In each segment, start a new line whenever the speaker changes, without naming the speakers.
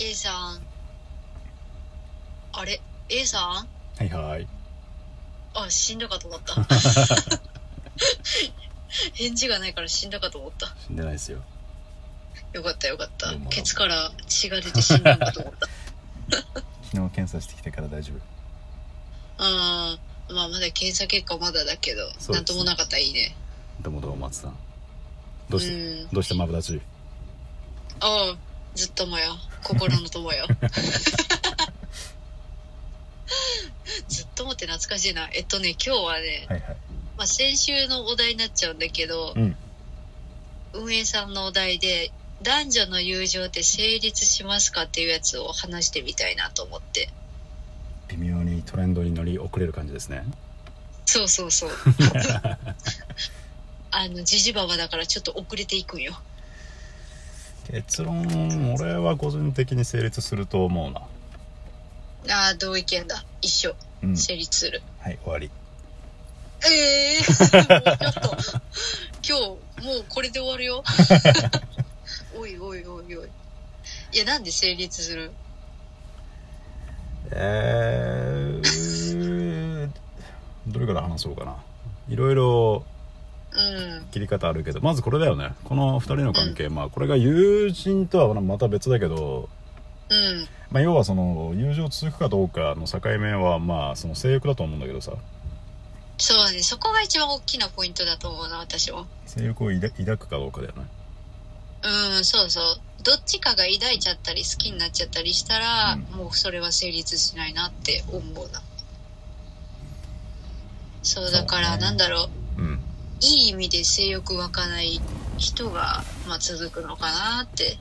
A さん。あれ ?A さん
はいはい。
あ、死んだかと思 った。返事がないから死んだかと思った。
死んでないですよ。
よかったよかった
どう。も
ケツから血が出て死んだんだと思った。
昨日検査してきてから大丈夫。
あーまあまだ検査結果まだだけど、
そうですね
なんともなかったらいいね。
どうもどうも、松さん。どうして、
うん
どうしてマブダチ
ああ、ずっともよ。心の友 よ。 ずっともって懐かしいな。えっとね、今日はね、
はいはい。
まあ、先週のお題になっちゃうんだけど、
うん。
運営さんのお題で男女の友情って成立しますかっていうやつを話してみたいなと思って
微妙にトレンドに乗り遅れる感じですね。
そうそう そうあのジジババだからちょっと遅れていくんよ
結論、俺は個人的に成立すると思うな。
ああ同意見だ一緒
うん。
成立する、
はい、終わり。
ええ ー、もうちょっと今日もうこれで終わる よおいおいおいおいいやなんで成立する
えー、どれから話そうかな。いろいろ
うん
切り方あるけど、まずこれだよね。この二人の関係、まあこれが友人とはまた別だけど、
うん
まあ、要はその友情続くかどうかの境目はまあその性欲だと思うんだけどさ
そうだねそこが一番大きなポイントだと思うな私も
性欲を抱抱くかどうかだよね
うん、そうそう。どっちかが抱いちゃったり好きになっちゃったりしたら、
うん
もうそれは成立しないなって思うな。そう、だか
そう
ら
ね
なんだろう、
うん
いい意味で性欲湧かない人が、まあ、続くのかなって。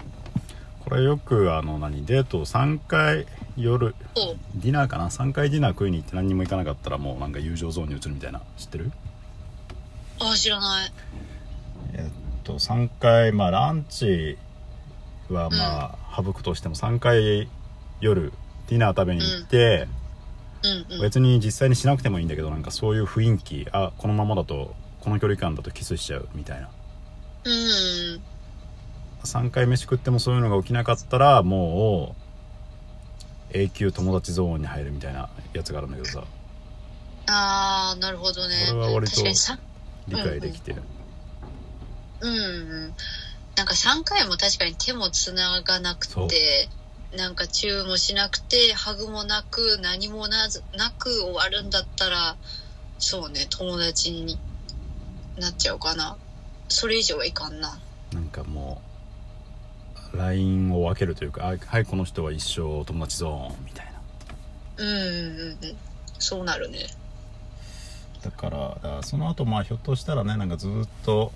これよくあの何デートを3回夜
おう
ディナーかな3回ディナー食いに行って何にも行かなかったらもうなんか友情ゾーンに移るみたいな知ってる
ああ、知らない。
えっと3回まあランチはまあ省くとしても3回夜ディナー食べに行って、
うんうん。
別に実際にしなくてもいいんだけどなんかそういう雰囲気あこのままだとこの距離感だとキスしちゃうみたいな
うん。
3回飯食ってもそういうのが起きなかったらもう永久友達ゾーンに入るみたいなやつがあるんだけどさ
ああ、なるほどね。
俺は割と
確かにさ、
理解できて、
うんうん。なんか3回も確かに手も繋がなく
そう
て、なんかチューもしなくて、ハグもなく、何もなずなく終わるんだったら、そうね、友達になっちゃうかな。それ以上はいかんな。
なんかもうラインを分けるというかあはいこの人は一生友達ゾーンみたいな
うんうんうんうん。そうなるね。
だからだからその後まあひょっとしたらねなんかずっと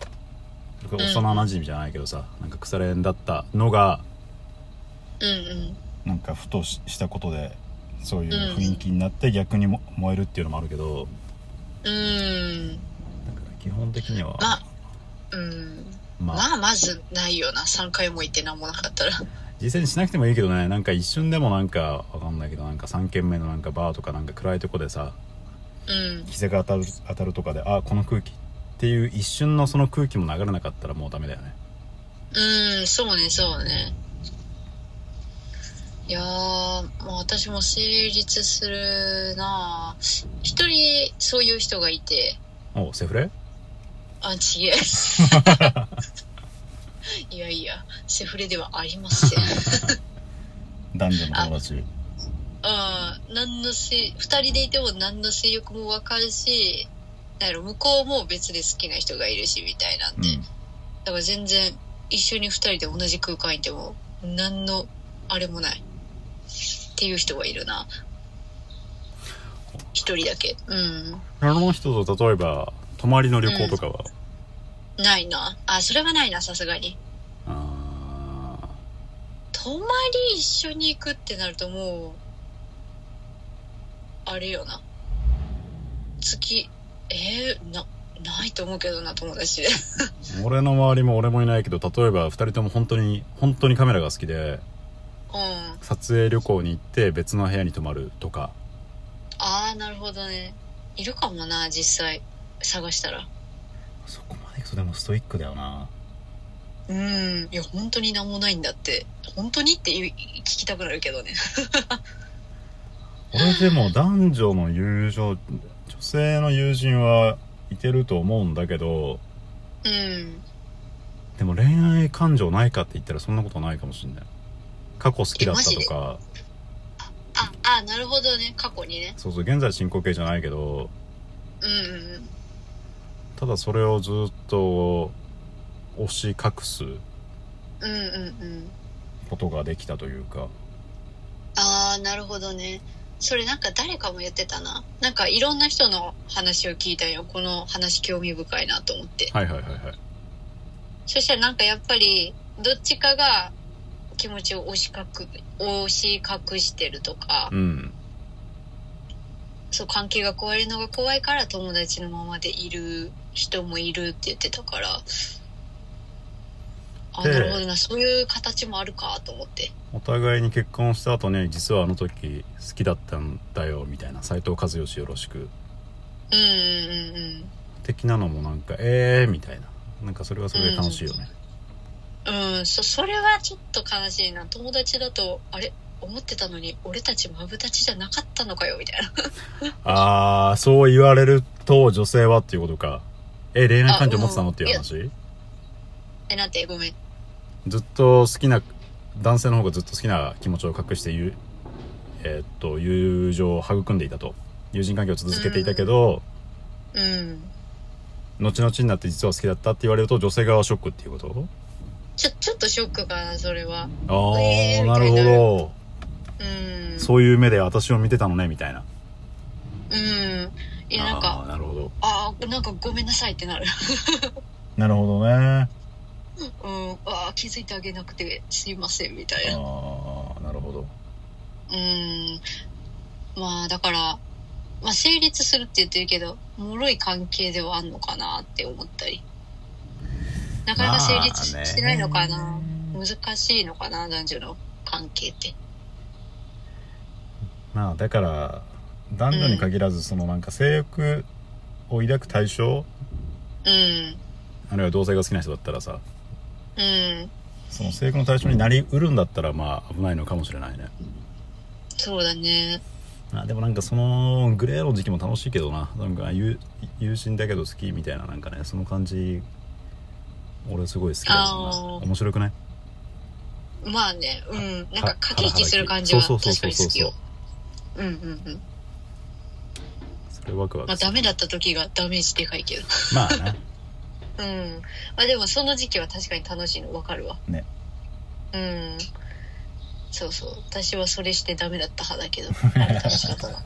幼なじみじゃないけどさ、なんか腐れ縁だったのが
うんうん。
なんかふとししたことでそういう雰囲気になって逆にも燃えるっていうのもあるけど
うん。
なんか基本的には
まあうん。
まあ
まあ、まずないよな。3回も行って何もなかったら。
実際にしなくてもいいけどねなんか一瞬でもなんかわかんないけどなんか3軒目のなんかバーとかなんか暗いとこでさ
うん。
膝が当たる当たるとかであこの空気っていう一瞬のその空気も流れなかったらもうダメだよね
うん、そうね、そうね。いやー、まあ私も成立するなぁ。一人、そういう人がいて、
おセフレ
あ、ちげえ。いやいや、セフレではありません。
男女の
友
達
あー何のせ、二人でいても何の性欲もわかるし、なんやろ、向こうも別で好きな人がいるし、みたいなん
う
で。
ん
だから全然、一緒に二人で同じ空間いても、何の、あれもない。っていう人がいるな。一人だけ。うん。
あの人と例えば泊まりの旅行とかは、
ないな。あ、それはないな、さすがに。
あ
泊まり一緒に行くってなるともう、あれよな。月、えー、な、ないと思うけどな、友達で。
ー俺の周りも俺もいないけど例えば2人とも本当に本当にカメラが好きで
うん。
撮影旅行に行って別の部屋に泊まるとか
あー、なるほどね。いるかもな、実際。探したら。
そこまでいくとでもストイックだよな
うんいや本当に何もないんだって本当にって言う聞きたくなるけどね
俺でも男女の友情女性の友人はいてると思うんだけど
うん
でも恋愛感情ないかって言ったらそんなことないかもしんない過去好きだったとか
ああなるほどね過去にね
そうそう現在進行形じゃないけど
うんうんうん
ただそれをずっと押し隠す
うんうんうん
ことができたというか
ああなるほどねそれなんか誰かも言ってたななんかいろんな人の話を聞いたよこの話興味深いなと思って
はいはいはいはい
そしたらなんかやっぱりどっちかが気持ちを押しかく押し隠してるとか
うん
そう関係が壊れるのが怖いから友達のままでいる人もいるって言ってたからあ
で
なるほどなそういう形もあるかと思って
お互いに結婚した後に実はあの時好きだったんだよみたいな斎藤和義よろしく
うんうんうんうん
的なのもなんかえーみたいななんかそれはそれで楽しいよね、
うん、そそれはちょっと悲しいな友達だとあれ思ってたのに俺たちマブダチじゃなかったのかよみたいな
ああそう言われると女性はっていうことかえ恋愛感情持ってたのっていう話、
えなんてごめん
ずっと好きな男性の方がずっと好きな気持ちを隠してゆえーっと友情を育んでいたと友人関係を続けていたけど、
うん
後々になって実は好きだったって言われると女性側はショックっていうこと
ちょちょっとショックかなそれは
ああ、
えー
なるほど、
うん
そういう目で私を見てたのねみたいな
うんいやなん
あ
か
ーなるほど
あーなんかごめんなさいってなる
なるほどね
うんあー気づいてあげなくてすいませんみたいな
ああなるほど
うんまあだからまあ成立するって言ってるけど脆い関係ではあんのかなって思ったりなかなか成立
まあね
してないのかな、難しいのかな男女の関係って
まあだから男女に限らずそのなんか性欲を抱く対象、
うん
あるいは同性が好きな人だったらさ
うん
その性欲の対象になりうるんだったらまあ危ないのかもしれないね、
そうだね
まあ、でもなんかそのグレーの時期も楽しいけどななんか友友人だけど好きみたいななんかねその感じ俺すごい好きだし
あ
な
ー
面白くない
まあねうんなんか
は
駆け引きする感じは
そう
確
そ
か
うそう
に
そう
好きようんうんうん
それワクワ
まあ
クす
ダ
る
メだった時がダメージでかいけど
まあね
うんまあでもその時期は確かに楽しいの分かるわ
ね
うんそうそう私はそれしてダメだった派だけど あれ楽しかったな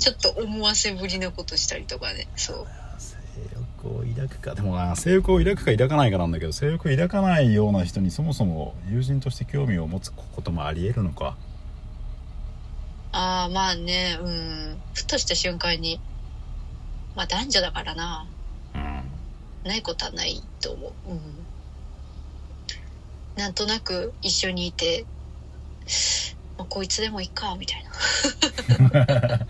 ちょっと思わせぶりなことしたりとかねそう
性欲を抱くかでもな性欲を抱くか抱かないかなんだけど性欲を抱かないような人にそもそも友人として興味を持つこともありえるのか
ああまあねうんふっとした瞬間にまあ男女だからな
うん
ないことはないと思ううんなんとなく一緒にいて、まあ、こいつでもいいかみたい ななっ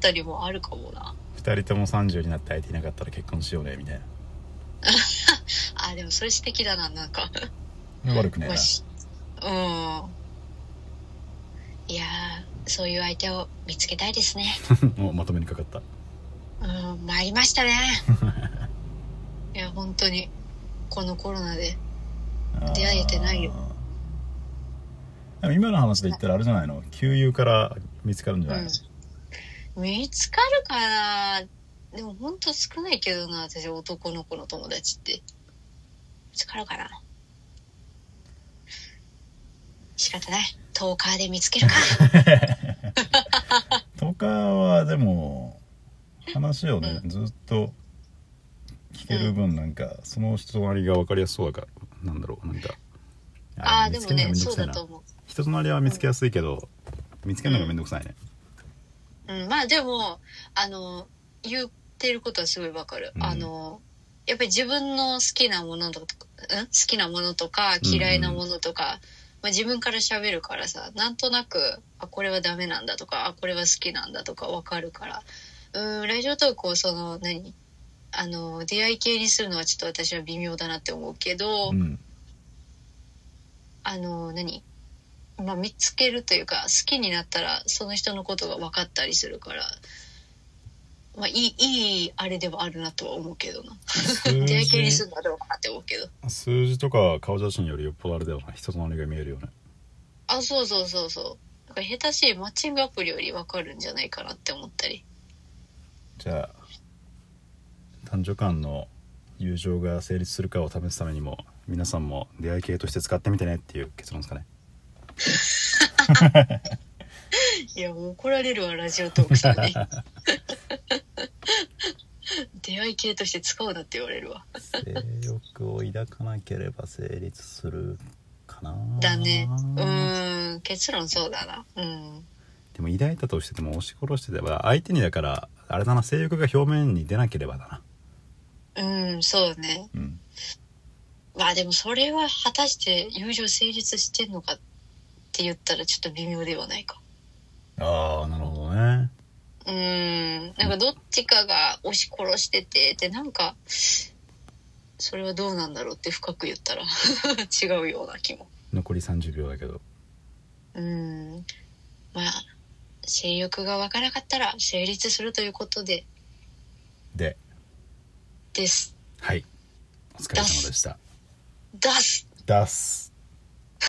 たりもあるかもな
2人とも30になって相手いなかったら結婚しようねみたい
あーでもそれ素敵だななんか
な悪くねえ
も
な
しうんいやーそういう相手を見つけたいですね
もうまとめにかかった
うん参りました ねいや本当にこのコロナで出会えてないよ
でも今の話で言ったらあれじゃないの旧友から見つかるんじゃないの、
うん、見つかるかなでもほんと少ないけどな私男の子の友達って見つかるかな仕方ないトーカーで見つけるか
とかはでも話をね、
う
ずっと聞ける分なんかその人となりが分かりやすそうだからなんだろうなんか
ああ
ー
で
見つ
も
ける
ね
のめんど
そ
く
う
さ
だ
いな
と思う
人となりは見つけやすいけど、見つけるのがめんどくさいね、
うん、まあでもあの言ってることはすごいわかる、
うん
あのやっぱり自分の好きなものとか、ん、好きなものとか嫌いなものとか、まあ、自分から喋るからさなんとなくあこれはダメなんだとかあこれは好きなんだとかわかるからうんラジオトークをその何あの出会い系にするのはちょっと私は微妙だなって思うけど、
うん
あの何、まあ、見つけるというか好きになったらその人のことが分かったりするから、まあ、いいいいあれではあるなとは思うけどな
数
出会い系にす
字
るのはどうかなって思うけど
数字とか顔写真よりよっぽどあれだよな人となりが見えるよね
あそうそうそうそうなんか下手しいマッチングアプリより分かるんじゃないかなって思ったり
じゃあ男女間の友情が成立するかを試すためにも皆さんも出会い系として使ってみてねっていう結論ですかね
いやもう怒られるわラジオトークさんに出会い系として使うなって言われるわ
性欲を抱かなければ成立するかな
だねうーん結論そうだなうん
でも抱いたとしてでも押し殺してれば相手にだからあれだな性欲が表面に出なければだな
うんそうね
うん
まあでもそれは果たして友情成立してんのかって言ったらちょっと微妙ではないか
ああなるほどね
うーんなんかどっちかが押し殺しててでなんかそれはどうなんだろうって深く言ったら 違うような気も
残り30秒だけど
うーんまあ性欲が湧かなかったら成立するということで
で
です
はいお疲れ様でした
出す
出す